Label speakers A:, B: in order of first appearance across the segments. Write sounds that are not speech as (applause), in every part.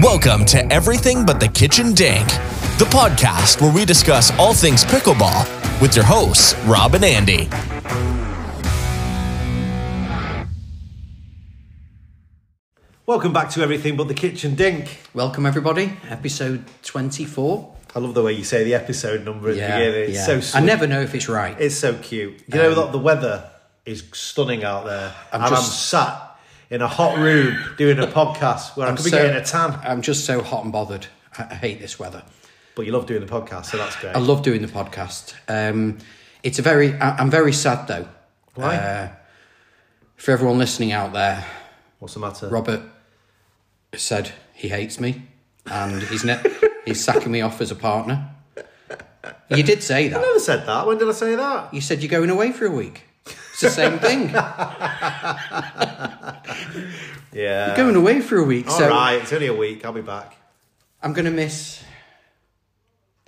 A: Welcome to Everything But the Kitchen Dank, the podcast where we discuss all things pickleball with your hosts, Rob and Andy.
B: Welcome back to Everything But the Kitchen Dink.
C: Welcome, everybody. Episode 24.
B: I love the way you say the episode number at the beginning. It's so sweet.
C: I never know if it's right.
B: It's so cute. You know that the weather is stunning out there,
C: I'm
B: and I'm
C: just-
B: sat in a hot room doing a podcast where i could be getting a tan.
C: I'm just so hot and bothered. I, I hate this weather.
B: But you love doing the podcast, so that's great.
C: I love doing the podcast. Um, it's a very, I, I'm very sad though.
B: Why?
C: uh, For everyone listening out there,
B: What's the matter?
C: Robert said he hates me and he's, ne- (laughs) he's sacking me off as a partner. You did say that.
B: I never said that. When did I say that?
C: You said you're going away for a week. It's the same
B: (laughs)
C: thing.
B: Yeah.
C: going away for a week.
B: All
C: so
B: right, it's only a week. I'll be back.
C: I'm going to miss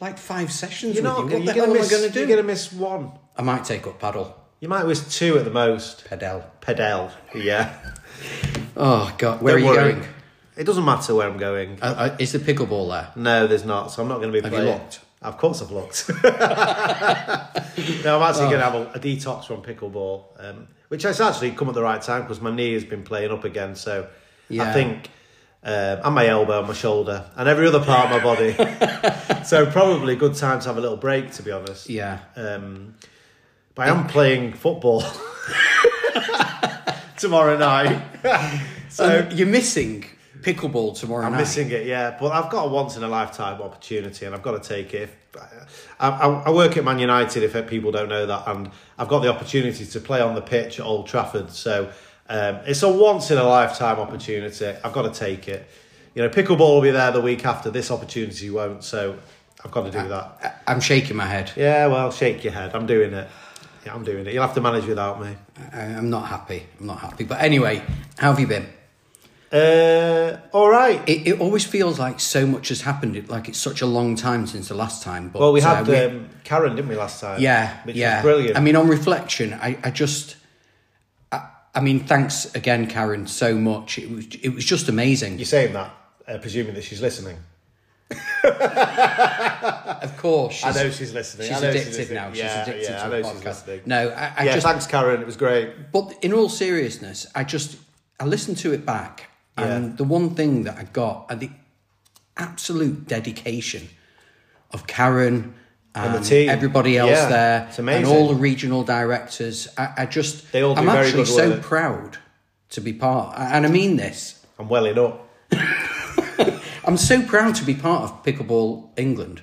C: like five sessions
B: You're
C: with
B: not.
C: you. What
B: you're
C: the
B: gonna
C: hell
B: miss,
C: am I going to
B: You're
C: do?
B: going to miss one.
C: I might take up paddle.
B: You might miss two at the most.
C: Pedal.
B: Pedal. Yeah.
C: Oh, God. Where
B: Don't
C: are you
B: worry.
C: going?
B: It doesn't matter where I'm going.
C: Uh, uh, is the pickleball there?
B: No, there's not. So I'm not going to be
C: Have you
B: playing.
C: looked?
B: Of course, I've (laughs) looked. no, I'm actually
C: Oh.
B: going to have a, a detox from pickleball, um, which has actually come at the right time because my knee has been playing up again. So I
C: Yeah.
B: think, um, and my elbow, and my shoulder, and every other part of my body. (laughs) so probably a good time to have a little break, to be honest.
C: Yeah.
B: Um, but I am playing football (laughs) tomorrow night. so
C: Um, you're missing pickleball tomorrow
B: I'm
C: night.
B: missing it, yeah. But I've got a once in a lifetime opportunity, and I've got to take it. I, I, I work at Man United, if people don't know that, and I've got the opportunity to play on the pitch at Old Trafford. So um, it's a once in a lifetime opportunity. I've got to take it. You know, pickleball will be there the week after. This opportunity won't, so I've got to do that.
C: I- I'm shaking my head.
B: Yeah, well, shake your head. I'm doing it. Yeah, I'm doing it. You'll have to manage without me.
C: I- I'm not happy. I'm not happy. But anyway, how have you been?
B: Uh, all right.
C: It, it always feels like so much has happened. It, like it's such a long time since the last time. But
B: well, we
C: uh,
B: had um, Karen, didn't we, last time?
C: Yeah,
B: which
C: yeah.
B: was brilliant.
C: I mean, on reflection, I, I just, I, I mean, thanks again, Karen, so much. It was, it was just amazing.
B: You're saying that, uh, presuming that she's listening.
C: Of course, she's,
B: she's listening.
C: she's addicted now. She's addicted to the podcast. No, I, I
B: yeah,
C: just.
B: thanks, Karen. It was great.
C: But in all seriousness, I just, I listened to it back,
B: Yeah.
C: and the one thing that I got, and the absolute dedication of Karen. And,
B: the team.
C: everybody else
B: Yeah,
C: there,
B: it's
C: and
B: amazing.
C: all the regional directors. I, I just,
B: They all do
C: I'm
B: very
C: actually
B: good
C: so
B: work.
C: proud to be part, and I mean this.
B: I'm welling up.
C: I'm so proud to be part of Pickleball England.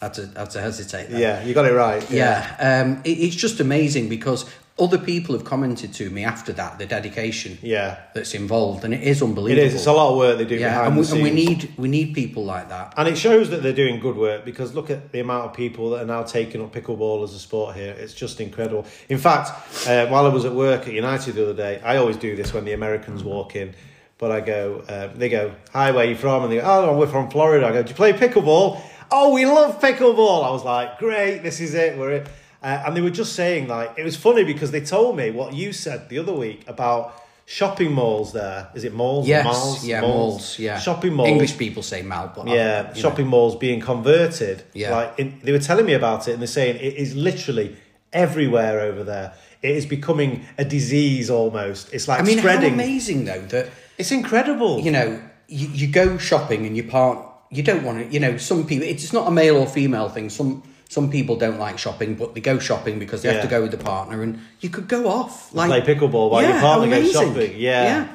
C: I had to, I had to hesitate. There.
B: Yeah, you got it right.
C: Yeah, um, it, it's just amazing because other people have commented to me after that the dedication
B: Yeah.
C: that's involved, and it is
B: It
C: unbelievable.
B: is. It's a lot of work they do
C: Yeah,
B: behind
C: and we,
B: the
C: and we
B: scenes.
C: need we need people like that.
B: And it shows that they're doing good work because look at the amount of people that are now taking up pickleball as a sport here. It's just incredible. In fact, uh, while I was at work at United the other day, I always do this when the
C: Mm.
B: Americans walk in. But I go, uh, they go, "Hi, where you from?" And they go, "Oh, we're from Florida." I go, "Do you play pickleball?" "Oh, we love pickleball." I was like, "Great, this is it. We're in." Uh, and they were just saying like it was funny because they told me what you said the other week about shopping malls. There is it malls? or
C: Yes,
B: malls,
C: yeah, malls, yeah,
B: shopping malls.
C: English people say mal, but I-
B: Yeah,
C: you know.
B: shopping malls being converted.
C: Yeah.
B: Like in, they were telling me about it and they're saying it is literally everywhere over there. It is becoming a disease almost. It's like
C: I mean,
B: spreading.
C: how amazing though that
B: it's incredible.
C: you know you, you go shopping and you part. You don't want to. You know, some people. It's not a male or female thing. Some some people don't like shopping, but they go shopping because they
B: Yeah.
C: have to go with the partner, and you could go off like
B: play pickleball while your
C: Yeah,
B: partner goes
C: amazing.
B: shopping. Yeah.
C: Yeah.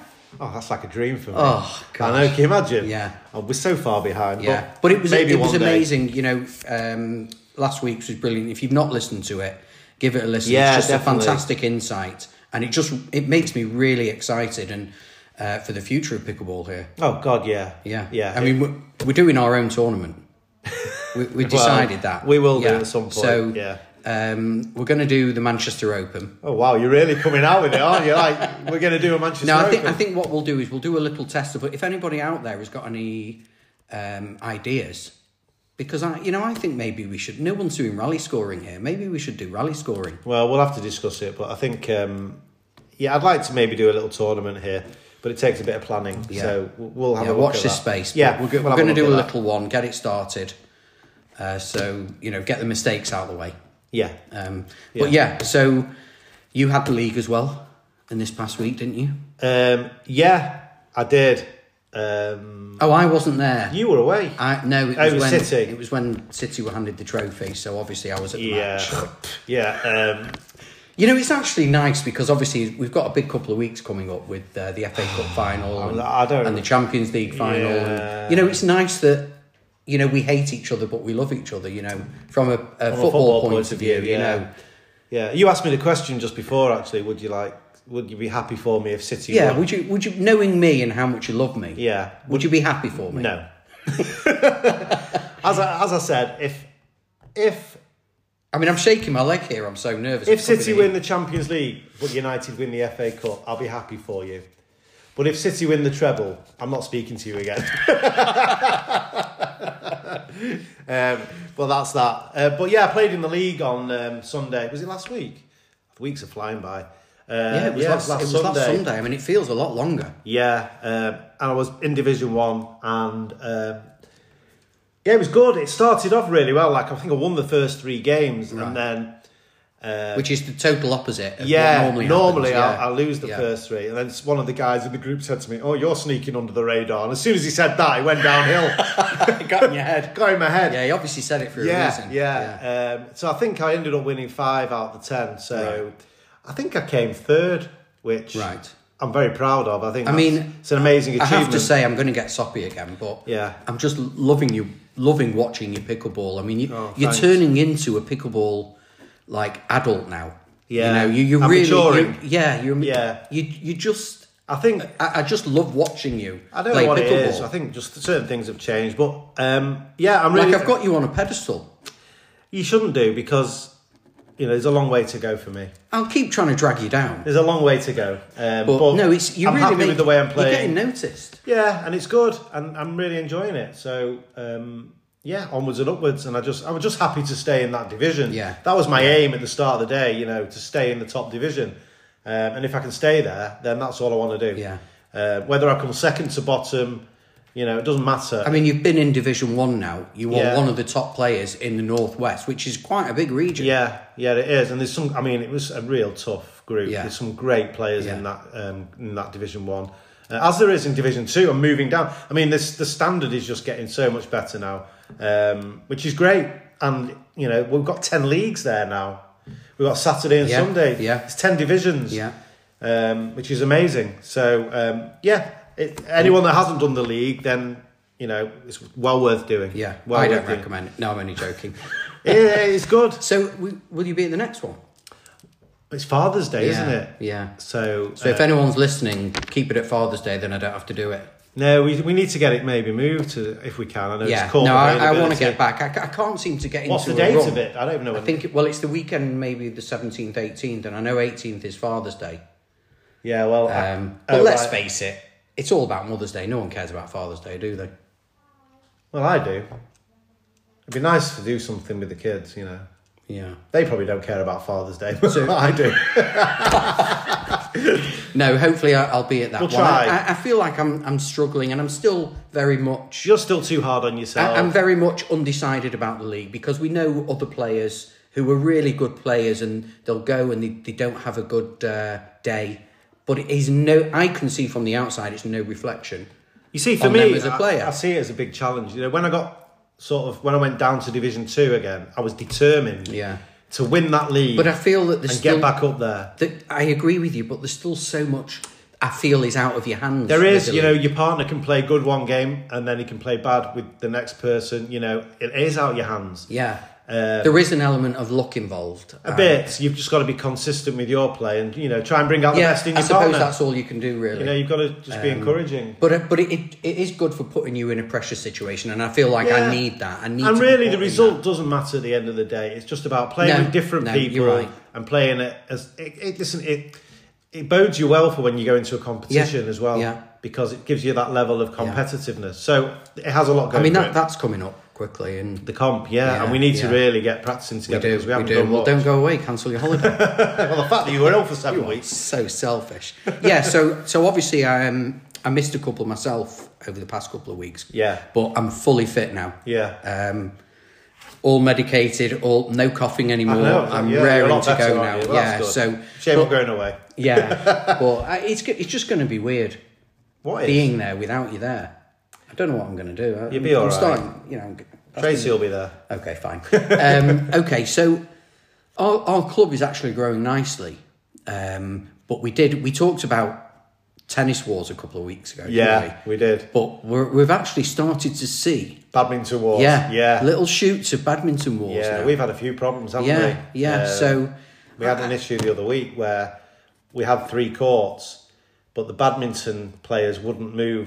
B: Oh, that's like a dream for me.
C: Oh,
B: I know. Can you imagine?
C: Yeah.
B: Oh, we're so far behind.
C: Yeah,
B: But,
C: but it was
B: maybe
C: it was
B: one day.
C: amazing. You know, um, last week's was brilliant. If you've not listened to it, give it a listen.
B: Yeah,
C: it's just
B: definitely.
C: a fantastic insight, and it just it makes me really excited and uh, for the future of pickleball here.
B: Oh God, yeah.
C: Yeah,
B: Yeah.
C: I mean, we're, we're doing our own tournament. We,
B: (laughs)
C: we decided that
B: we will do at some point,
C: So
B: yeah.
C: um, we're going to do the Manchester Open.
B: oh wow, you're really coming out with it, aren't you? Like we're going to do a Manchester.
C: No, I think
B: Open.
C: I think what we'll do is we'll do a little test of it. If anybody out there has got any um, ideas, because I, you know, I think maybe we should. No one's doing rally scoring here. Maybe we should do rally scoring.
B: Well, we'll have to discuss it, but I think um, yeah, I'd like to maybe do a little tournament here. But but it takes a bit of planning.
C: Yeah.
B: So we'll- we'll have
C: yeah,
B: a look
C: watch
B: at
C: this
B: that.
C: space. but
B: Yeah,
C: we're, go-
B: we'll
C: we're
B: have
C: going to do
B: look
C: a
B: at that.
C: little one, get it started. Uh, so you know, get the mistakes out of the way.
B: Yeah,
C: Um, But yeah, so you had the league as well in this past week, didn't you?
B: um, yeah, I did. Um,
C: Oh, I wasn't there.
B: you were away.
C: I no, it
B: Oh, it
C: was,
B: was
C: when
B: City.
C: it was when City were handed the trophy. So obviously, I was at the
B: yeah,
C: match.
B: (laughs) yeah. Um,
C: You know, it's actually nice because obviously we've got a big couple of weeks coming up with uh, the FA
B: (sighs)
C: Cup final and,
B: I don't-
C: and the Champions League final.
B: Yeah.
C: And, you know, it's nice that you know we hate each other but we love each other. You know, from a, a, football,
B: football
C: point, of view, you
B: yeah.
C: know,
B: Yeah, you asked me the question just before. Actually, would you like? Would you be happy for me if City?
C: yeah.
B: won?
C: Would you would you knowing me and how much you love me?
B: yeah.
C: Would you be happy for me?
B: No. (laughs) as I, as I said, if if
C: I mean, I'm shaking my leg here. I'm so nervous.
B: if
C: It's probably
B: City
C: the-
B: win the Champions League but United win the FA Cup, I'll be happy for you. But if City win the treble, I'm not speaking to you
C: (laughs)
B: again. um, but that's that. Uh, but yeah, I played in the league on um, Sunday. Was it last week? The weeks are flying by. Uh,
C: yeah, it was, last, it was last Sunday. I mean, it feels a lot longer.
B: Yeah, um, and I was in Division One, and um, yeah, it was good. It started off really well. Like I think I won the first three games,
C: Right.
B: and then
C: which is the total opposite. Of
B: yeah,
C: what normally,
B: normally,
C: happens, yeah.
B: I'll, I'll lose the
C: Yeah.
B: first three, and then s- one of the guys in the group said to me, "Oh, you're sneaking under the radar." And as soon as he said that, it went
C: (laughs)
B: downhill.
C: (laughs) got in your head.
B: Got in my head.
C: Yeah, he obviously said it for a
B: yeah,
C: reason.
B: yeah. Um, so I think I ended up winning five out of the ten. So I think I came third, which
C: Right.
B: I'm very proud of. I think
C: I
B: that's-
C: mean,
B: it's an amazing
C: I
B: achievement.
C: have to say, I'm going to get soppy again, but
B: Yeah.
C: I'm just loving you, loving watching you pickleball. I mean, you,
B: Oh,
C: you're
B: thanks.
C: turning into a pickleball like adult now.
B: Yeah.
C: you know, you you
B: I'm
C: really,
B: maturing.
C: you- yeah, you're,
B: Yeah.
C: you you just.
B: I think
C: I, I just love watching you.
B: I don't
C: play
B: know what
C: pickleball.
B: it is. I think just certain things have changed, but um, yeah, I'm really.
C: like I've got you on a pedestal.
B: You shouldn't do because you know there's a long way to go for me.
C: I'll keep trying to drag you down.
B: There's a long way to go. Um,
C: But, no, it's you
B: I'm
C: really
B: happy
C: make-
B: with the way I'm
C: You're getting
B: playing.
C: noticed.
B: Yeah, and it's good, and I'm really enjoying it. So um, yeah, onwards and upwards, and I just I was just happy to stay in that division.
C: Yeah.
B: that was my aim at the start of the day. You know, to stay in the top division, um, and if I can stay there, then that's all I want to do.
C: Yeah.
B: uh, whether I come second to bottom, you know, it doesn't matter.
C: I mean, you've been in Division One now. You are
B: Yeah.
C: one of the top players in the Northwest, which is quite a big region.
B: Yeah, yeah, it is, and there's some. I mean, it was a real tough group.
C: Yeah.
B: There's some great players in
C: Yeah.
B: that um, in that Division One, uh, as there is in Division Two. And moving down, I mean, this the standard is just getting so much better now, um, which is great. And you know, we've got ten leagues there now. We've got Saturday and
C: Yeah,
B: Sunday.
C: yeah.
B: it's ten divisions.
C: Yeah.
B: um, which is amazing. So um, yeah, it, anyone that hasn't done the league, then you know, it's well worth doing.
C: yeah.
B: well
C: I
B: worth
C: don't
B: doing.
C: recommend it. No, I'm only joking.
B: Yeah, it's good.
C: so, w- will you be at the next one?
B: It's Father's Day,
C: Yeah.
B: isn't it?
C: Yeah.
B: So,
C: So,
B: uh,
C: if anyone's listening, keep it at Father's Day. Then I don't have to do it.
B: no, we, we need to get it maybe moved to if we can. I know
C: Yeah.
B: it's called.
C: No, I, I want to get back. I, ca- I can't seem to get
B: What's the
C: into
B: date
C: a run.
B: of it? I don't know.
C: I think it, well, it's the weekend, maybe the seventeenth, eighteenth, and I know eighteenth is Father's Day.
B: yeah, well, I-
C: Um,
B: oh,
C: but let's
B: right.
C: face it, it's all about Mother's Day. No one cares about Father's Day, do they?
B: Well, I do. It'd be nice to do something with the kids. You know,
C: Yeah.
B: they probably don't care about Father's Day, but (laughs) I do.
C: No, hopefully I- I'll be at that
B: We'll
C: one.
B: try.
C: I, I feel like I'm I'm struggling, and I'm still very much
B: You're still too hard on
C: I-
B: yourself.
C: I'm very much undecided about the league because we know other players who are really good players, and they'll go and they, they don't have a good uh, day. But it is no, I can see from the outside, it's no reflection.
B: You see, for
C: on
B: me,
C: them as a
B: I-
C: player.
B: I, see it as a big challenge. You know, when I got sort of when I went down to Division Two again, I was determined.
C: Yeah.
B: To win that league
C: But I feel that there's
B: and
C: still
B: get back up there.
C: that I agree with you, but there's still so much I feel is out of your hands.
B: There
C: with
B: is,
C: the
B: you
C: league.
B: know, your partner can play good one game and then he can play bad with the next person. You know, it is out of your hands.
C: Yeah. there is an element of luck involved.
B: uh, A bit. You've just got to be consistent with your play and you know try and bring out the
C: Yeah, I
B: best in your
C: suppose
B: partner.
C: that's Um, all you can do, really.
B: you know, you've got to just be encouraging.
C: but it, but it, it, it is good for putting you in a pressure situation, and I feel like
B: Yeah.
C: I need that. I need.
B: And
C: to be
B: really,
C: put
B: the
C: in
B: result doesn't matter at the end of the day. It's just about playing
C: No,
B: with different
C: no,
B: people
C: you're right.
B: and playing it as. It, it, listen, it it bodes you well for when you go into a competition as well
C: yeah.
B: because it gives you that level of competitiveness. So it has a lot
C: that.
B: going.
C: I mean
B: for
C: that
B: it.
C: that's coming up. quickly and
B: The comp, yeah,
C: Yeah,
B: and we need to
C: yeah.
B: really get practicing
C: we
B: together
C: do.
B: because we
C: We,
B: haven't
C: do.
B: done
C: Well,
B: much.
C: don't go away. Cancel your holiday.
B: (laughs) Well, the fact that you were ill for seven weeks,
C: so selfish. Yeah. So so obviously I um, I missed a couple myself over the past couple of weeks.
B: Yeah.
C: But I'm fully fit now.
B: yeah,
C: Um, all medicated. All no coughing anymore.
B: I know,
C: Um, I'm
B: yeah, you're a
C: raring
B: lot
C: to
B: better,
C: go now.
B: aren't you? Well,
C: yeah.
B: that's good.
C: So
B: shame
C: but-
B: I'm going away.
C: Yeah, (laughs) but I, it's go- it's just going to be weird
B: What is?
C: being there without you there. I don't know what I'm going to do. I,
B: You'll be
C: I'm
B: all right.
C: starting, you know. I'm g-
B: Tracy will be there.
C: Okay, fine. um, (laughs) okay, so our, our club is actually growing nicely, um, but we did we talked about tennis wars a couple of weeks ago. didn't
B: Yeah,
C: we?
B: we did
C: but we're, we've actually started to see
B: badminton wars.
C: yeah
B: yeah,
C: little shoots of badminton wars.
B: yeah.
C: now.
B: We've had a few problems, haven't we?
C: yeah yeah.
B: Uh,
C: so
B: we had an issue the other week where we had three courts, but the badminton players wouldn't move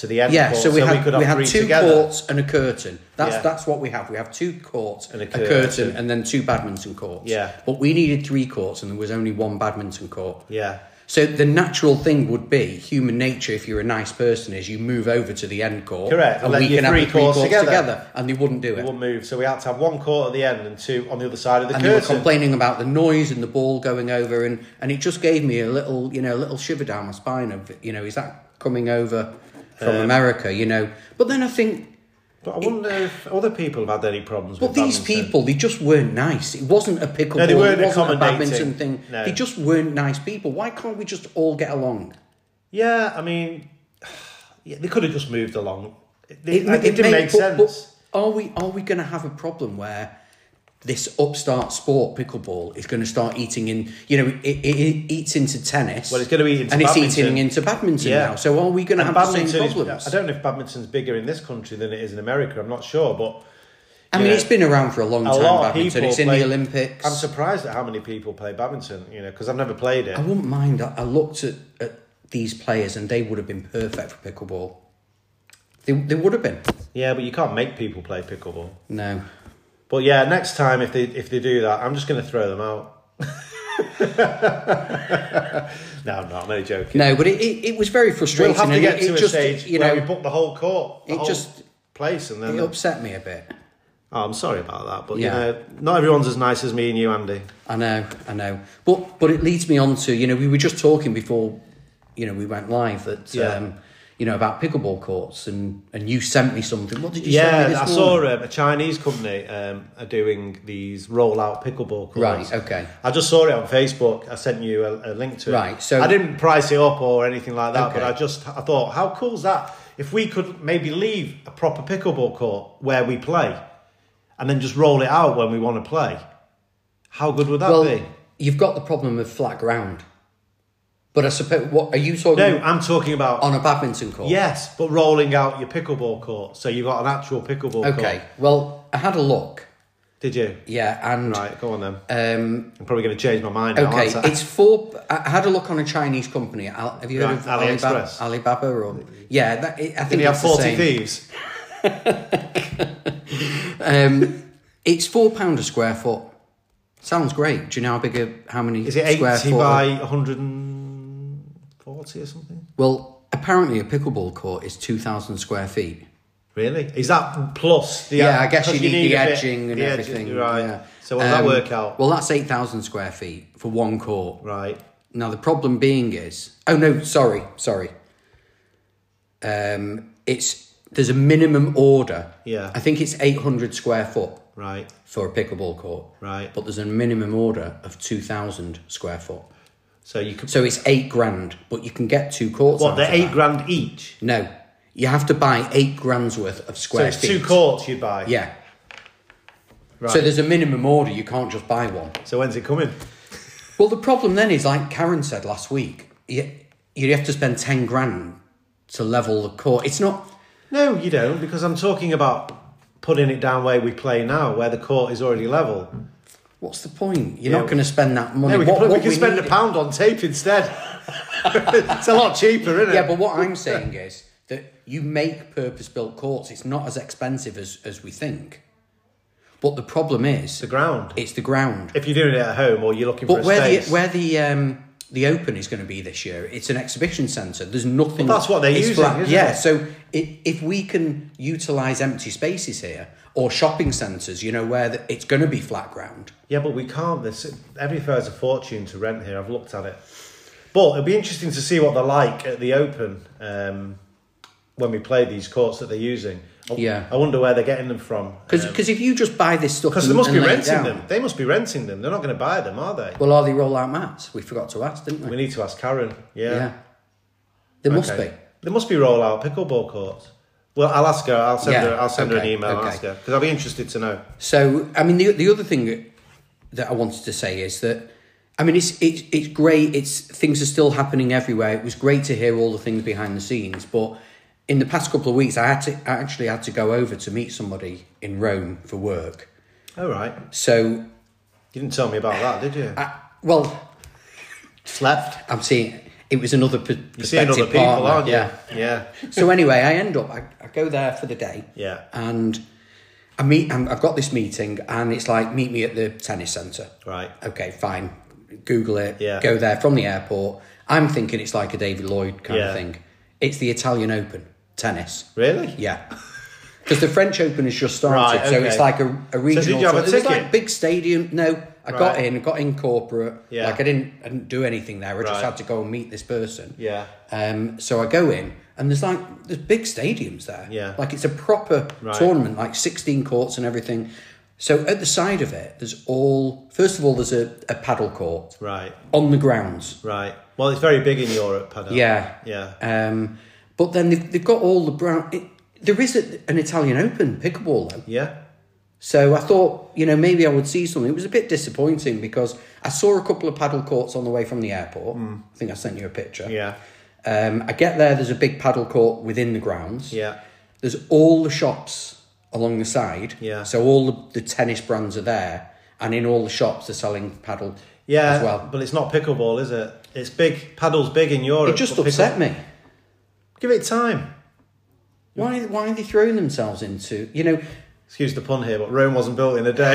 B: to the end.
C: Yeah,
B: court,
C: so we had
B: could have
C: we had
B: three
C: two
B: together.
C: courts and a curtain. That's
B: Yeah.
C: that's what we have. We have two courts
B: And a
C: a curtain.
B: curtain.
C: and then two badminton courts.
B: Yeah.
C: but we needed three courts, and there was only one badminton court.
B: Yeah,
C: So the natural thing would be human nature. If you're a nice person, is you move over to the end court.
B: Correct,
C: and
B: let
C: we
B: your
C: can have
B: three
C: the three
B: courts
C: courts,
B: together.
C: together. and they wouldn't do it.
B: they wouldn't move, so we had to have one court at the end and two on the other side of the
C: and they were
B: curtain.
C: complaining about the noise and the ball going over, and, and it just gave me a little, you know, a little shiver down my spine of, you know, is that coming over
B: Um,
C: from America, you know? But then I think
B: but I wonder if other people have had any problems.
C: But
B: with
C: these
B: badminton.
C: people, they just weren't nice. It wasn't a pickleball.
B: No, they weren't
C: it wasn't a
B: accommodating.
C: badminton thing.
B: No.
C: They just weren't nice people. Why can't we just all get along?
B: Yeah, I mean, (sighs) yeah, they could have just moved along. It, it,
C: ma-
B: didn't
C: may-
B: make
C: but-
B: sense.
C: but are we are we going to have a problem where this upstart sport pickleball is going to start eating in? You know, it, it, it eats into tennis.
B: Well, it's gonna eat into
C: and it's
B: badminton.
C: eating into badminton
B: Yeah.
C: now. So are we going to have
B: And
C: the same
B: badminton
C: problems?
B: is, I don't know if badminton's bigger in this country than it is in America. I'm not sure, but
C: I mean,
B: yeah.
C: it's been around for a long
B: a
C: time.
B: lot of
C: badminton.
B: people.
C: It's in
B: play-
C: the Olympics.
B: I'm surprised at how many people play badminton. You know, because I've never played it.
C: I wouldn't mind. I, I looked at, at these players and they would have been perfect for pickleball. They, they would have been.
B: Yeah, but you can't make people play pickleball.
C: No.
B: But yeah, next time if they if they do that, I'm just going to throw them out. (laughs) no, I'm not. I'm only joking.
C: No, but it, it, it was very
B: we'll
C: frustrating.
B: have to
C: and
B: get
C: it,
B: to
C: it
B: a
C: just,
B: stage
C: you
B: where
C: know,
B: we book the whole court, the
C: it
B: whole
C: just-
B: place, and then
C: it upset me a bit.
B: Oh, I'm sorry about that, but
C: Yeah.
B: you know, not everyone's as nice as me and you, Andy.
C: I know, I know. But but it leads me on to, you know, we were just talking before, you know, we went live that,
B: Yeah.
C: um, you know, about pickleball courts and, and you sent me something. What did you send me
B: Yeah,
C: this
B: I saw
C: morning?
B: um, a Chinese company um, are doing these rollout pickleball courts.
C: Right, okay.
B: I just saw it on Facebook. I sent you a, a link to it.
C: Right, so-
B: I didn't price it up or anything like that, but
C: Okay.
B: I just I thought, how cool's that? If we could maybe leave a proper pickleball court where we play, and then just roll it out when we want to play, how good would that
C: Well,
B: be?
C: you've got the problem of flat ground. But I suppose, what are you talking
B: No, I'm talking about
C: on a badminton court?
B: yes, but rolling out your pickleball court so you've got an actual pickleball
C: Okay.
B: court.
C: Well, I had a look.
B: Did you?
C: Yeah, and
B: Right, go on then.
C: um,
B: I'm probably going to change my mind. now,
C: okay,
B: aren't I?
C: it's four. I had a look on a Chinese company. Al- Have you heard
B: Right,
C: of Alibaba?
B: AliExpress.
C: Alibaba or yeah, that, I think
B: Did he have
C: it's the
B: 40
C: same.
B: thieves?
C: Um, it's four pound a square foot. Sounds great. Do you know how big a how many
B: Is it 80
C: square foot?
B: by 140 or something?
C: Well, apparently a pickleball court is two thousand square feet.
B: Really? Is that plus the
C: Yeah, I guess
B: because
C: you need the
B: a bit-
C: edging and
B: the edging,
C: everything.
B: right.
C: yeah.
B: So what does that
C: Um,
B: work out?
C: Well, that's eight thousand square feet for one court.
B: right.
C: Now the problem being is, oh no, sorry, sorry. Um, it's there's a minimum order.
B: Yeah.
C: I think it's 800 square foot
B: Right.
C: for a pickleball court.
B: Right.
C: But there's a minimum order of 2,000 square foot.
B: So you could.
C: So it's eight grand, but you can get two courts.
B: what,
C: out
B: they're
C: of
B: 8
C: that.
B: grand each?
C: No, you have to buy eight grand's worth of
B: So
C: square
B: it's
C: feet.
B: two courts you buy.
C: Yeah.
B: Right.
C: So there's a minimum order. You can't just buy one.
B: So when's it coming?
C: Well, the problem then is, like Karen said last week, you, you have to spend 10 grand to level the court. It's not,
B: No, you don't, because I'm talking about putting it down where we play now, where the court is already level.
C: what's the point? You're
B: Yeah,
C: not going to spend that money.
B: No, we can,
C: What-
B: put- we
C: what
B: can spend
C: need-
B: a pound on tape instead. (laughs) it's a lot cheaper, isn't it?
C: Yeah, but what I'm saying is that you make purpose built courts, it's not as expensive as, as we think. But the problem is,
B: the ground.
C: it's the ground.
B: If you're doing it at home or you're looking for
C: But
B: a
C: where
B: space,
C: the, where the um, the Open is going to be this year. It's an exhibition centre. There's nothing.
B: Well, that's what they're
C: it's
B: using, isn't
C: yeah.
B: it?
C: So it, if we can utilise empty spaces here or shopping centres, you know, where the, it's going to be flat ground.
B: Yeah, but we can't. This every fair's a fortune to rent here. I've looked at it, but it'll be interesting to see what they're like at the Open um, when we play these courts that they're using. I,
C: Yeah.
B: I wonder where they're getting them from.
C: Because if you just buy this stuff,
B: Because
C: and-
B: they must
C: and
B: be
C: lay it
B: renting
C: down-
B: them. They must be renting them. They're not going to buy them, are they?
C: Well, are they roll out mats? We forgot to ask, didn't we?
B: We need to ask Karen. Yeah.
C: yeah. There must
B: Okay.
C: be.
B: There must be rollout pickleball courts. Well, I'll ask her. I'll send
C: Yeah,
B: her. I'll send her an
C: okay,
B: email. and
C: okay.
B: Ask her because I'll be interested to know.
C: So, I mean, the, the other thing that I wanted to say is that, I mean, it's, it's, it's great. It's Things are still happening everywhere. It was great to hear all the things behind the scenes. But in the past couple of weeks, I, had to, I actually had to go over to meet somebody in Rome for work.
B: All right.
C: So,
B: You didn't tell me about that, did you?
C: I, well,
B: Left.
C: I'm seeing it was another per-
B: You're seeing other
C: perspective
B: people,
C: partner,
B: aren't you?
C: yeah.
B: Yeah.
C: so anyway, I end up, I, I go there for the day.
B: Yeah.
C: And I meet, i I've got this meeting, and it's like, meet me at the tennis centre.
B: Right.
C: Okay, fine. Google it.
B: Yeah.
C: Go there from the airport. I'm thinking it's like a David Lloyd kind
B: Yeah.
C: of thing. It's the Italian Open tennis.
B: Really?
C: Yeah. (laughs) Because the French Open has just started,
B: Right,
C: so
B: okay.
C: it's like a, a regional.
B: you have a
C: tour- there's
B: ticket?
C: like big stadium. No, I got
B: Right.
C: in, got in corporate.
B: Yeah.
C: Like I didn't, I didn't do anything there. I just
B: Right.
C: had to go and meet this person.
B: Yeah.
C: Um, so I go in, and there's like there's big stadiums there.
B: Yeah.
C: Like it's a proper
B: Right.
C: tournament, like sixteen courts and everything. So at the side of it, there's all. First of all, there's a, a paddle court
B: Right.
C: on the grounds.
B: Right. Well, it's very big in Europe, paddle.
C: Yeah.
B: Yeah.
C: Um, but then they've, they've got all the brown. It, there is a, an Italian Open pickleball though.
B: Yeah.
C: So I thought, you know, maybe I would see something. It was a bit disappointing because I saw a couple of paddle courts on the way from the airport. I think I sent you a picture.
B: Hmm. Yeah.
C: Um, I get there, there's a big paddle court within the grounds.
B: Yeah.
C: There's all the shops along the side.
B: Yeah.
C: So all the, the tennis brands are there, and in all the shops they're selling paddle
B: Yeah.
C: as well.
B: But it's not pickleball, is it? It's big. Paddle's big in Europe.
C: It just
B: but
C: upset
B: pickle-
C: me.
B: Give it time.
C: Why, why are they throwing themselves into, you know,
B: Excuse the pun here, but Rome wasn't built in a
C: (laughs)
B: day.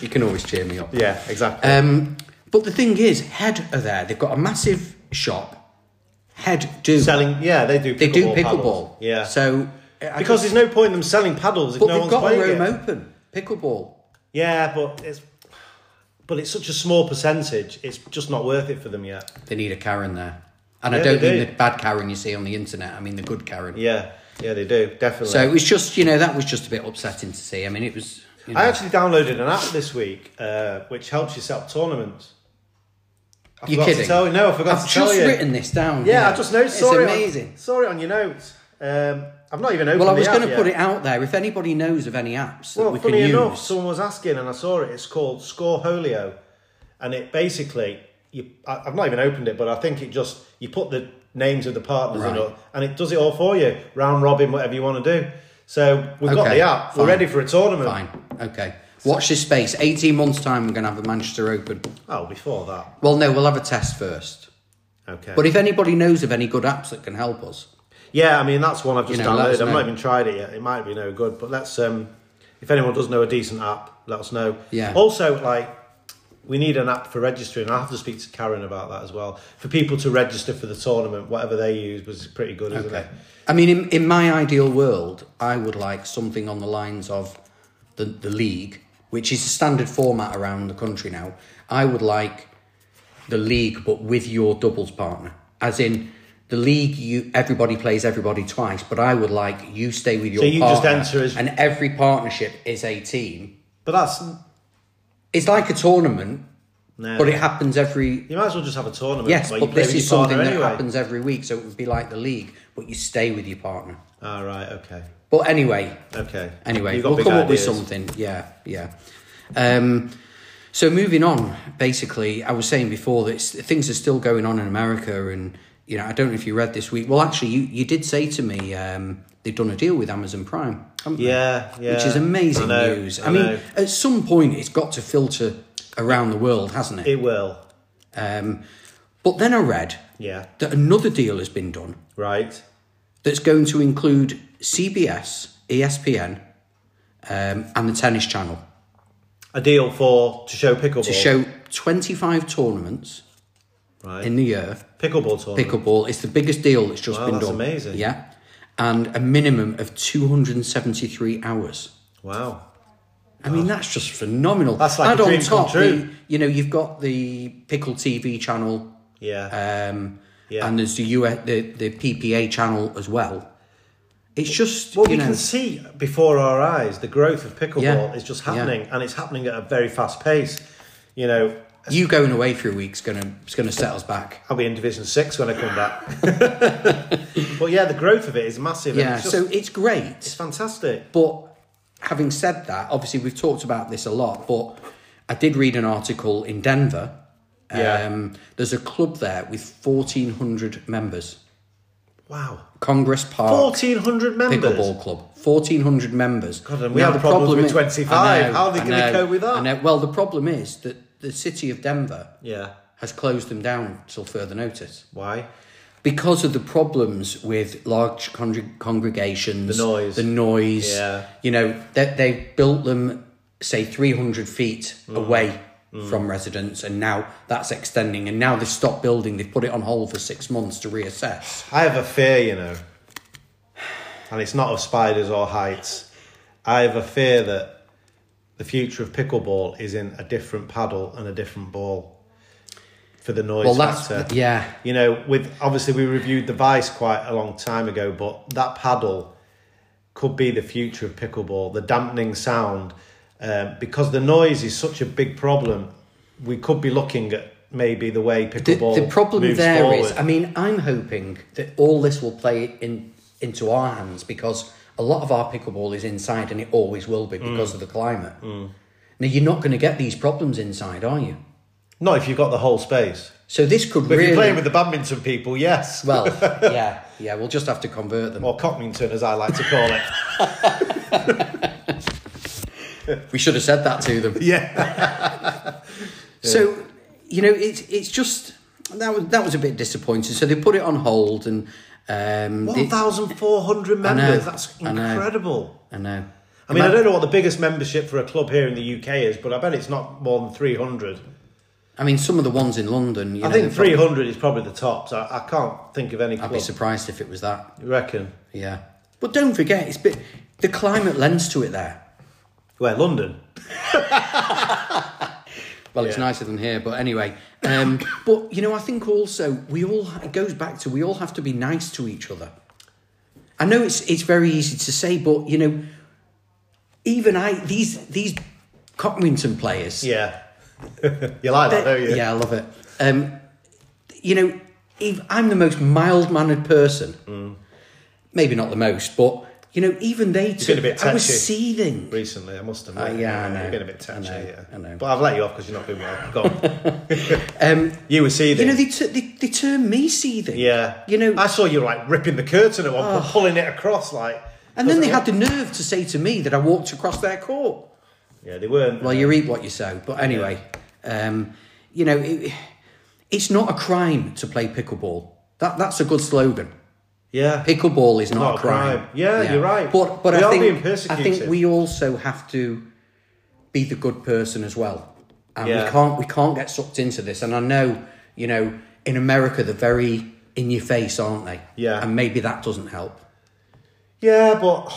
C: you can always cheer me up.
B: yeah. Exactly.
C: Um, but the thing is, Head are there. They've got a massive shop. Head do.
B: selling. Yeah, they do. Pickleball
C: they do pickleball.
B: paddles. Yeah.
C: So I
B: because
C: just-
B: there's no point in them selling paddles if
C: but
B: no
C: they've
B: one's
C: got a
B: playing
C: Rome
B: it.
C: Open pickleball.
B: Yeah, but it's but it's such a small percentage. It's just not worth it for them yet.
C: They need a Karen there, and I
B: Yeah,
C: don't
B: they
C: mean
B: do.
C: the bad Karen you see on the internet. I mean the good Karen.
B: Yeah. Yeah, they do definitely.
C: So it was just you know that was just a bit upsetting to see. I mean it was. You know,
B: I actually downloaded an app this week uh, which helps you set up tournaments. I
C: You're
B: forgot
C: kidding.
B: To tell you. No, I forgot
C: I've
B: to tell
C: just
B: you.
C: written this down.
B: yeah,
C: you know.
B: I just noticed.
C: It's
B: Sorry,
C: amazing.
B: On, sorry on your notes. Um, I've not even opened.
C: well, I was
B: going
C: to put it out there. If anybody knows of any apps that
B: Well,
C: we can
B: funny
C: use,
B: enough, someone was asking, and I saw it. It's called Scoreholio, and it basically you. I, I've not even opened it, but I think it just you put the names of the partners in
C: Right.
B: it, and it does it all for you, round robin, whatever you want to do. So we've got
C: Okay,
B: the app. We're
C: fine.
B: ready for a tournament.
C: fine, okay. Watch this space. Eighteen months time, we're going to have a Manchester Open.
B: Oh, before that,
C: Well, no, we'll have a test first.
B: okay.
C: But if anybody knows of any good apps that can help us,
B: Yeah, I mean that's one I've just
C: You know, let
B: downloaded.
C: us
B: I've not
C: know.
B: even tried it yet. It might be no good, but let's. Um, if anyone does know a decent app, let us know.
C: Yeah.
B: Also, like, we need an app for registering. I have to speak to Karen about that as well. For people to register for the tournament, whatever they use was pretty good, isn't it?
C: I mean, in, in my ideal world, I would like something on the lines of the, the league, which is a standard format around the country now. I would like the league, but with your doubles partner, as in the league. You everybody plays everybody twice, but I would like you stay with your.
B: you just
C: partner,
B: enter as-
C: and every partnership is a team.
B: But that's
C: It's like a tournament,
B: no.
C: but it happens every
B: you might as well just have a tournament.
C: Yes,
B: where you
C: but
B: play
C: this
B: with your
C: is something
B: partner
C: that
B: anyway.
C: happens every week, so it would be like the league, but you stay with your partner.
B: Ah, right. Okay.
C: But anyway,
B: Okay.
C: anyway,
B: You've got
C: we'll
B: big
C: come up with
B: ideas.
C: something. Yeah, yeah. Um, so moving on, basically, I was saying before that it's- things are still going on in America, and you know, I don't know if you read this week. Well, actually, you, you did say to me um, they've done a deal with Amazon Prime, haven't they?
B: Yeah, yeah.
C: which is amazing
B: I know,
C: news.
B: I
C: I, mean,
B: know.
C: at some point, it's got to filter around the world, hasn't
B: It will.
C: um, but then I read
B: Yeah.
C: that another deal has been done
B: Right.
C: that's going to include CBS, ESPN, um, and the Tennis Channel
B: A deal for to show pickleball.
C: to show 25 tournaments
B: Right.
C: in the year.
B: pickleball tournament.
C: Pickleball. It's the biggest deal that's just
B: Wow,
C: been
B: that's
C: done.
B: amazing.
C: Yeah. And a minimum of 273 hours.
B: Wow.
C: I mean, that's just phenomenal.
B: That's like
C: Add
B: a
C: on
B: dream come
C: top,
B: true.
C: the- you know, you've got the Pickle TV channel,
B: Yeah.
C: um,
B: Yeah.
C: and there's the, US, the the PPA channel as well. It's just
B: well,
C: you
B: we
C: know,
B: can see before our eyes the growth of pickleball
C: Yeah.
B: is just
C: Yeah.
B: happening, and it's happening at a very fast pace. You know,
C: you going away for a week's gonna it's gonna set us back.
B: I'll be in Division Six when I come
C: (laughs)
B: back. but yeah, the growth of it is massive. and
C: Yeah,
B: it's just,
C: so it's great.
B: it's fantastic.
C: But having said that, obviously we've talked about this a lot, but I did read an article in Denver.
B: Yeah.
C: Um, there's a club there with 1,400 members.
B: Wow,
C: Congress Park.
B: fourteen hundred members.
C: pickleball club. Fourteen hundred members.
B: God, and we had problems with 25.
C: I know,
B: How are they
C: I
B: gonna
C: know,
B: cope with that?
C: I know. Well, the problem is that the city of Denver
B: Yeah.
C: has closed them down till further notice
B: Why?
C: because of the problems with large con- congregations,
B: The noise.
C: the noise.
B: Yeah.
C: You know that they, have built them say three hundred feet
B: Mm.
C: away. From residents, and now that's extending, and now they've stopped building. They've put it on hold for six months to reassess.
B: I have a fear, you know, and it's not of spiders or heights. I have a fear that the future of pickleball is in a different paddle and a different ball for the noise
C: Well, that's
B: factor.
C: yeah,
B: You know, with obviously we reviewed the Vice quite a long time ago, but that paddle could be the future of pickleball. The dampening sound, um, because the noise is such a big problem. We could be looking at maybe the way
C: The,
B: pickleball.
C: the problem
B: moves
C: there is,
B: forward.
C: I mean, I'm hoping that all this will play in into our hands because a lot of our pickleball is inside, and it always will be
B: Mm.
C: because of the climate. Now, you're not going to get these problems inside, are you?
B: not if you've got the whole space.
C: So this could
B: But if
C: really
B: you're playing with the badminton people, yes.
C: (laughs) well,
B: (laughs)
C: yeah, yeah. We'll just have to convert them.
B: Or cockmington, as I like to
C: (laughs)
B: call it.
C: We should have said that to them.
B: yeah.
C: (laughs) So you know, it's it's just that was that was a bit disappointing. So they put it on hold, and um, they-
B: 1,400 members. That's
C: I know.
B: incredible.
C: I know.
B: I mean, I don't know what the biggest membership for a club here in the UK is, but I bet it's not more than 300.
C: I mean, some of the ones in London. You
B: I
C: know,
B: think
C: they've got-
B: 300 is probably the tops. I, I can't think of any
C: I'd
B: club.
C: be surprised if it was that.
B: you reckon?
C: Yeah. But don't forget, it's bit, the climate lends to it there.
B: Where, London?
C: Well, it's
B: Yeah.
C: nicer than here, but anyway.
B: (coughs)
C: Um, but, you know, I think also we all, it goes back to we all have to be nice to each other. I know it's, it's very easy to say, but, you know, even I, these, these Cockrington players,
B: Yeah. (laughs) you like that, don't Oh, you?
C: yeah, I love it. Um, you know, if I'm the most mild mannered person. Maybe not the most, but you know, even they took.
B: been a bit
C: I was
B: touchy.
C: seething.
B: Recently, I must admit.
C: Uh, yeah, I know.
B: You've been a bit
C: I know,
B: touchy, yeah.
C: I know. Um,
B: But I've let you off because you're not doing well. Go on.
C: (laughs)
B: (laughs) you were seething.
C: You know, they, t- they they term me seething.
B: Yeah.
C: You know, Oh.
B: I saw you like ripping the curtain at one point, pulling it across like.
C: and then they had the nerve to say to me that I walked across their court.
B: Yeah, they weren't.
C: Well, you eat what you sow. But anyway, um, you know, it, it's not a crime to play pickleball. That that's a good slogan.
B: yeah.
C: Pickleball is not, a crime.
B: Yeah, you're right.
C: But but
B: We
C: I
B: are
C: think
B: being
C: I
B: persecuted.
C: think we also have to be the good person as well. And
B: Yeah.
C: we can't we can't get sucked into this. And I know, you know, in America they're very in your face, aren't they?
B: Yeah.
C: And maybe that doesn't help.
B: Yeah, but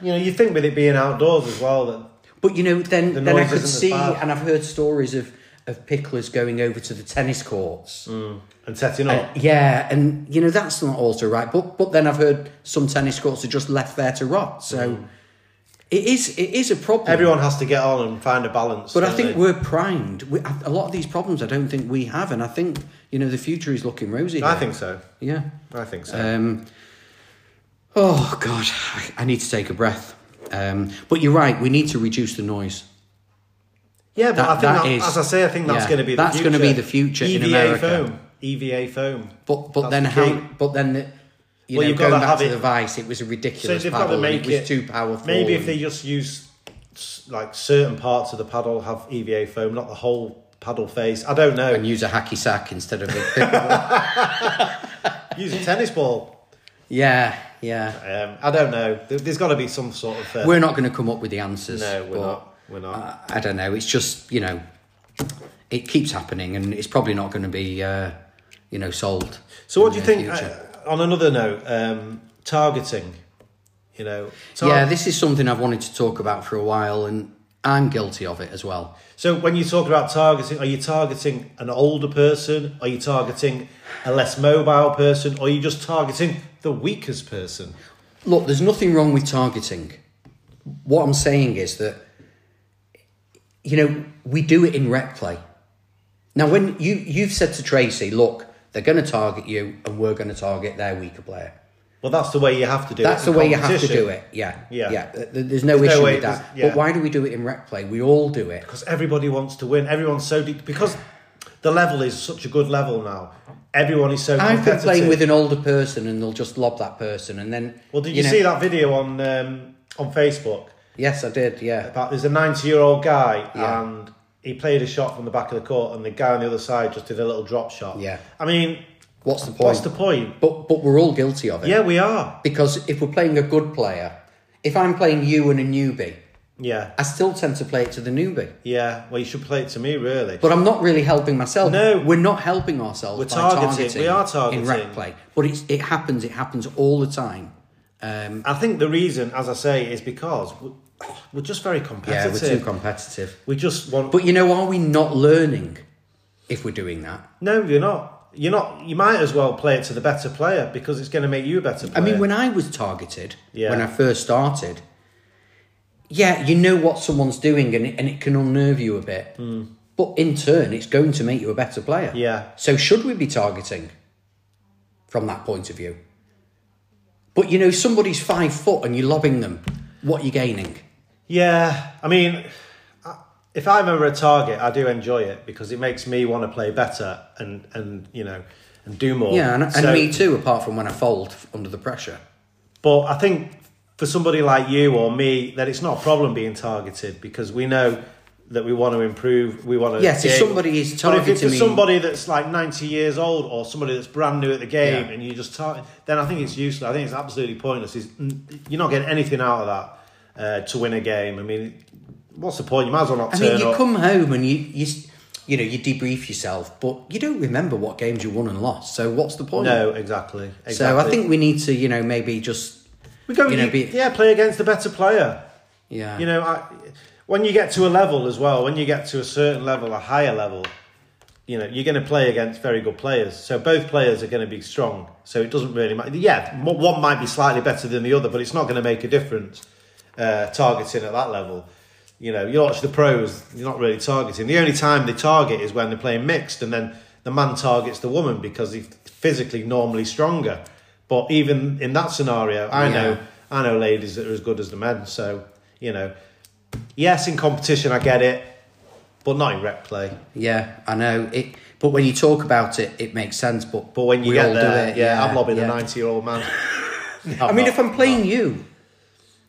B: you know, you think with it being outdoors as well that
C: But you know, then
B: The
C: then I
B: noise
C: could
B: isn't as
C: see,
B: bad.
C: and I've heard stories of of picklers going over to the tennis courts.
B: Mm. and setting up.
C: Uh, Yeah, and you know that's not also right. But but then I've heard some tennis courts are just left there to rot. So it is it is a problem.
B: Mm. Everyone has to get on and find a balance.
C: but I
B: don't
C: think
B: they?
C: we're primed. We, a lot of these problems I don't think we have, and I think you know the future is looking rosy.
B: I
C: here.
B: think so.
C: Yeah.
B: I think so.
C: Um, oh God, I, I need to take a breath. Um, but you're right. We need to reduce the noise.
B: yeah, but
C: that-
B: I think
C: that
B: that-
C: is-
B: as I say, I think that's
C: yeah,
B: going to be
C: that's
B: the
C: gonna
B: future.
C: be the future in
B: EVA
C: America.
B: foam, EVA foam.
C: But but
B: That's
C: then
B: the
C: how?
B: key.
C: But then the, you
B: Well,
C: know
B: you've
C: going
B: gotta
C: back
B: have
C: to
B: it-
C: the vice, it was a
B: So
C: ridiculous
B: they've got
C: paddle.
B: to
C: and
B: make
C: it was
B: it
C: too powerful.
B: Maybe if
C: and-
B: they just use s- like certain parts of the paddle have EVA foam, not the whole paddle face. I don't know.
C: and use a hacky sack instead of a (laughs) pickleball.
B: Use a tennis ball.
C: yeah, yeah.
B: Um, I don't know. There- There's got to be some sort of. Uh,
C: We're not going to come up with the answers.
B: no, we're
C: but
B: not. We're not.
C: I, I don't know. It's just you know, it keeps happening, and it's probably not going to be, uh, you know, sold.
B: So, what do you
C: in the
B: think?
C: future.
B: Uh, on another note, um, targeting. You know, tar-
C: yeah, this is something I've wanted to talk about for a while, and I'm guilty of it as well.
B: So when you talk about targeting, are you targeting an older person? Are you targeting a less mobile person? Or are you just targeting the weakest person?
C: Look, there's nothing wrong with targeting. What I'm saying is that, you know, we do it in rep play. Now, when you, you've said to Tracy, look, they're going to target you and we're going to target their weaker player.
B: Well, that's the way you have to do
C: That's
B: it.
C: the
B: in
C: way you have to
B: competition.
C: do it. Yeah.
B: Yeah.
C: Yeah. Th- th- There's no
B: There's no
C: issue
B: way-
C: with that.
B: there's- yeah.
C: But why do we do it in rep play? We all do it.
B: Because everybody wants to win. Everyone's so deep. Because the level is such a good level now. Everyone is so
C: I've
B: competitive.
C: been playing with an older person and they'll just lob that person and then.
B: Well, did you,
C: know-
B: see that video on um, on Facebook?
C: Yes, I did. Yeah.
B: About there's a 90 year old guy
C: Yeah.
B: and he played a shot from the back of the court, and the guy on the other side just did a little drop shot.
C: Yeah.
B: I mean,
C: What's the point?
B: what's the point?
C: But but we're all guilty of it.
B: Yeah, we are.
C: Because if we're playing a good player, if I'm playing you and a newbie,
B: Yeah.
C: I still tend to play it to the newbie.
B: Yeah, well, you should play it to me, really.
C: But I'm not really helping myself.
B: No.
C: we're not helping ourselves.
B: We're
C: by
B: targeting.
C: targeting.
B: We are
C: in
B: targeting.
C: rep play. But it's, it happens. It happens all the time. Um,
B: I think the reason, as I say, is because we- we're just very
C: yeah,
B: competitive.
C: we're too competitive.
B: we just want.
C: But you know, are we not learning if we're doing that?
B: no, you're not. You're not. You might as well play it to the better player because it's going to make you a better
C: I
B: player.
C: mean, when I was targeted,
B: Yeah.
C: when I first started, yeah, you know what someone's doing and, it- and it can unnerve you a bit. But in turn, it's going to make you a better player.
B: Hmm. Yeah.
C: So, should we be targeting from that point of view? But you know, somebody's five foot and you're lobbing them, what are you gaining?
B: yeah, I mean, I- if I'm ever a target, I do enjoy it because it makes me want to play better and and you know and do more.
C: Yeah, and, and
B: So-
C: me too, apart from when I fold f- under the pressure.
B: But I think for somebody like you or me, that it's not a problem being targeted because we know that we want to improve. We want to.
C: Yes, if
B: gain-
C: somebody is
B: But if it's
C: targeting
B: for
C: me-
B: somebody that's like ninety years old or somebody that's brand new at the game,
C: Yeah.
B: and you just target, then I think it's useless. I think it's absolutely pointless. It's, you're not getting anything out of that uh, to win a game. I mean, what's the point? You might as well not
C: I
B: turn
C: mean, you
B: up.
C: come home and you, you s- you know you debrief yourself, but you don't remember what games you won and lost. So what's the point?
B: no, exactly. exactly.
C: So I think we need to you know maybe just
B: we go.
C: you know,
B: you-
C: be-
B: yeah, play against the better player.
C: yeah
B: You know, I, when you get to a level as well, when you get to a certain level, a higher level, you know, you're going to play against very good players. So both players are going to be strong. So it doesn't really matter. Yeah, mo- one might be slightly better than the other, but it's not going to make a difference uh, targeting at that level. You know, you watch the pros, you're not really targeting. The only time they target is when they're playing mixed and then the man targets the woman because he's physically normally stronger. But even in that scenario, I
C: Yeah.
B: know I know ladies that are as good as the men. So, you know, yes, in competition, I get it, but not in rep play.
C: yeah I know it. But when you talk about it, it makes sense. But
B: But when you
C: we
B: get
C: all
B: there,
C: do it,
B: yeah, I'm lobbing
C: yeah.
B: a 90 year old man.
C: (laughs) I mean, if I'm playing you,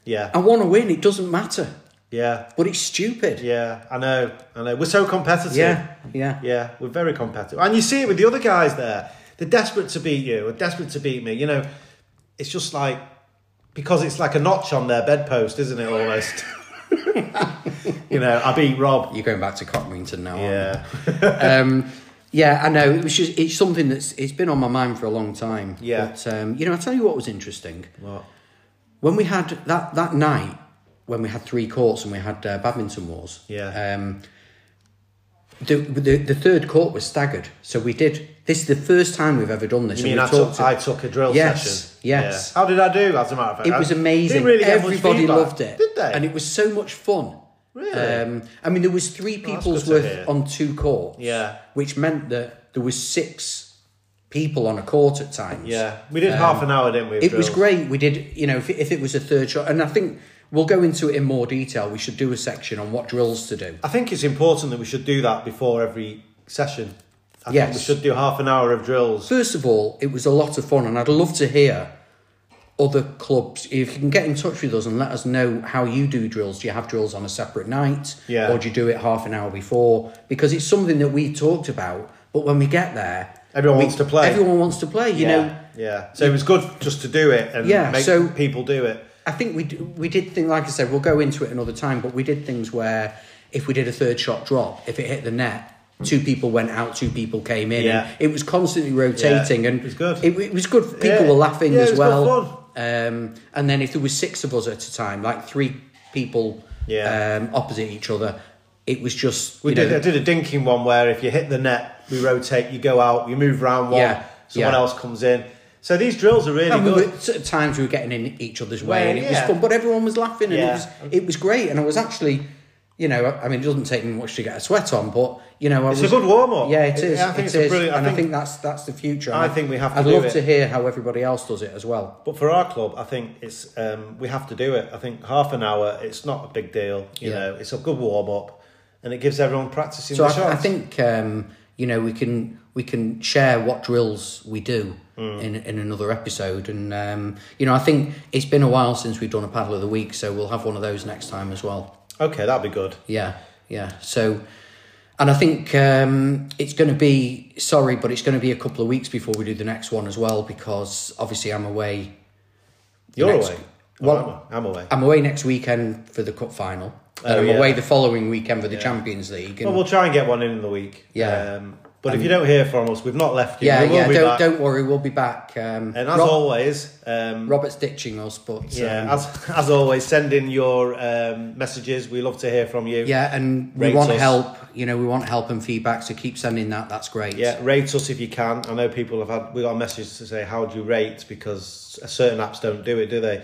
B: Yeah,
C: I want to win. It doesn't matter.
B: yeah,
C: But it's stupid.
B: yeah, I know, I know. We're so competitive.
C: Yeah, yeah.
B: Yeah, we're very competitive. And you see it with the other guys there. They're desperate to beat you, or desperate to beat me. You know, it's just like, because it's like a notch on their bedpost, isn't it, almost? (laughs) you know, I beat Rob.
C: You're going back to Cockrington now. aren't you?
B: Yeah,
C: um, yeah, I know. It was just it's something that's it's been on my mind for a long time.
B: Yeah.
C: But um, you know, I will tell you what was interesting
B: What?
C: when we had that that night when we had three courts and we had uh, badminton wars.
B: Yeah.
C: Um, the, the the third court was staggered, so we did. This is the first time we've ever done this.
B: You
C: and
B: mean I
C: we've
B: took,
C: talked to-
B: I took a drill
C: Yes,
B: session?
C: yes.
B: Yeah. How did I do, as a matter of fact?
C: It
B: I
C: was
B: didn't
C: amazing.
B: really get much
C: Everybody
B: feedback,
C: loved it.
B: Did they?
C: And it was so much fun.
B: Really?
C: Um, I mean, there was three people's
B: good to hear.
C: worth on two courts.
B: Yeah.
C: Which meant that there was six people on a court at times.
B: yeah, we did half an hour, didn't we? of
C: It was
B: drills?
C: great. We did, you know, if, if it was a third shot, and I think we'll go into it in more detail. We should do a section on what drills to do.
B: I think it's important that we should do that before every session. I think
C: Yes.
B: we should do half an hour of drills.
C: First of all, it was a lot of fun, and I'd love to hear other clubs. If you can get in touch with us and let us know how you do drills, do you have drills on a separate night,
B: Yeah.
C: or do you do it half an hour before? Because it's something that we talked about, but when we get there,
B: Everyone
C: we-
B: wants to play.
C: Everyone wants to play. You
B: yeah.
C: know,
B: yeah. So it was good just to do it and
C: Yeah,
B: make
C: so-
B: people do it.
C: I think we d- we did things like I said. We'll go into it another time, but we did things where if we did a third shot drop, if it hit the net, Two people went out, two people came in.
B: Yeah.
C: And it was constantly rotating,
B: Yeah,
C: and
B: it was good.
C: It, it was good. People
B: Yeah.
C: were laughing
B: Yeah, it
C: as
B: was good fun.
C: well. Um, and then if there was six of us at a time, like three people
B: Yeah.
C: um, opposite each other, it was just
B: We
C: you
B: did,
C: know,
B: I did a dinking one where if you hit the net, we rotate, you go out, you move round one,
C: Yeah,
B: someone
C: yeah.
B: else comes in. So these drills are really
C: And we
B: good.
C: were, at times we were getting in each other's way,
B: Well,
C: and it
B: yeah.
C: was fun. But everyone was laughing, and
B: Yeah.
C: it was it was great. And I was actually, you know, I I mean, it doesn't take me much to get a sweat on, but you know, I
B: It's a
C: was,
B: good warm-up.
C: Yeah, it
B: It-
C: is.
B: I think
C: it
B: it's a
C: is.
B: brilliant- I
C: and I
B: think-
C: think that's that's the future.
B: I
C: And
B: think we have to
C: I'd
B: do
C: love
B: it.
C: to hear how everybody else does it as well.
B: But for our club, I think it's um, we have to do it. I think half an hour, it's not a big deal. You
C: Yeah.
B: know, it's a good warm up, and it gives everyone practicing.
C: So
B: the
C: I, I
B: shots.
C: think um, you know we can we can share what drills we do
B: Mm.
C: in in another episode, and um, you know I think it's been a while since we've done a paddle of the week, so we'll have one of those next time as well.
B: okay, that'd be good.
C: Yeah, yeah. So, and I think um, it's going to be sorry, but it's going to be a couple of weeks before we do the next one as well because obviously I'm away.
B: You're
C: next-
B: away.
C: Well-
B: Well, I'm away.
C: I'm away next weekend for the cup final, and
B: Oh,
C: I'm
B: yeah.
C: away the following weekend for the Champions League. And
B: Well, we'll try and get one in in the week.
C: Yeah.
B: Um, but if you don't hear from us, we've not left you.
C: yeah,
B: we will
C: yeah.
B: Be
C: Don't
B: back.
C: don't worry, we'll be back. Um,
B: And as
C: Rob-
B: always, um,
C: Robert's ditching us, but um,
B: yeah, as (laughs) as always, send in your um, messages. We love to hear from you.
C: yeah, and we
B: Rate
C: want
B: us.
C: help. You know, we want help and feedback, so keep sending that. That's great.
B: Yeah, rate us if you can. I know people have had we got a message to say how do you rate because certain apps don't do it, do they?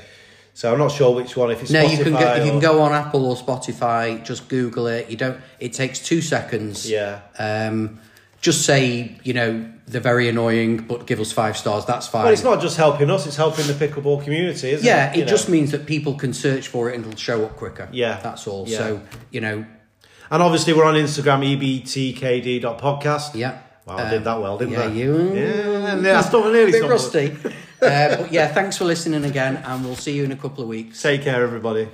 B: So I'm not sure which one. If it's
C: No,
B: Spotify
C: you can go, you
B: or-
C: can go on Apple or Spotify. Just Google it. You don't. It takes two seconds.
B: Yeah,
C: Um, just say you know they're very annoying, but give us five stars. That's fine.
B: but it's not just helping us; it's helping the pickleball community, isn't
C: yeah,
B: it?
C: it
B: You know?
C: just means that people can search for it and it'll show up quicker.
B: Yeah.
C: that's all.
B: Yeah.
C: So you know,
B: and obviously we're on Instagram E ebtkd.podcast.
C: yeah.
B: Wow, I did that well, didn't
C: yeah,
B: I?
C: you-
B: Yeah, yeah, I still
C: (laughs)
B: nearly
C: bit
B: stumbled.
C: rusty. uh, but yeah, thanks for listening again, and we'll see you in a couple of weeks.
B: Take care, everybody.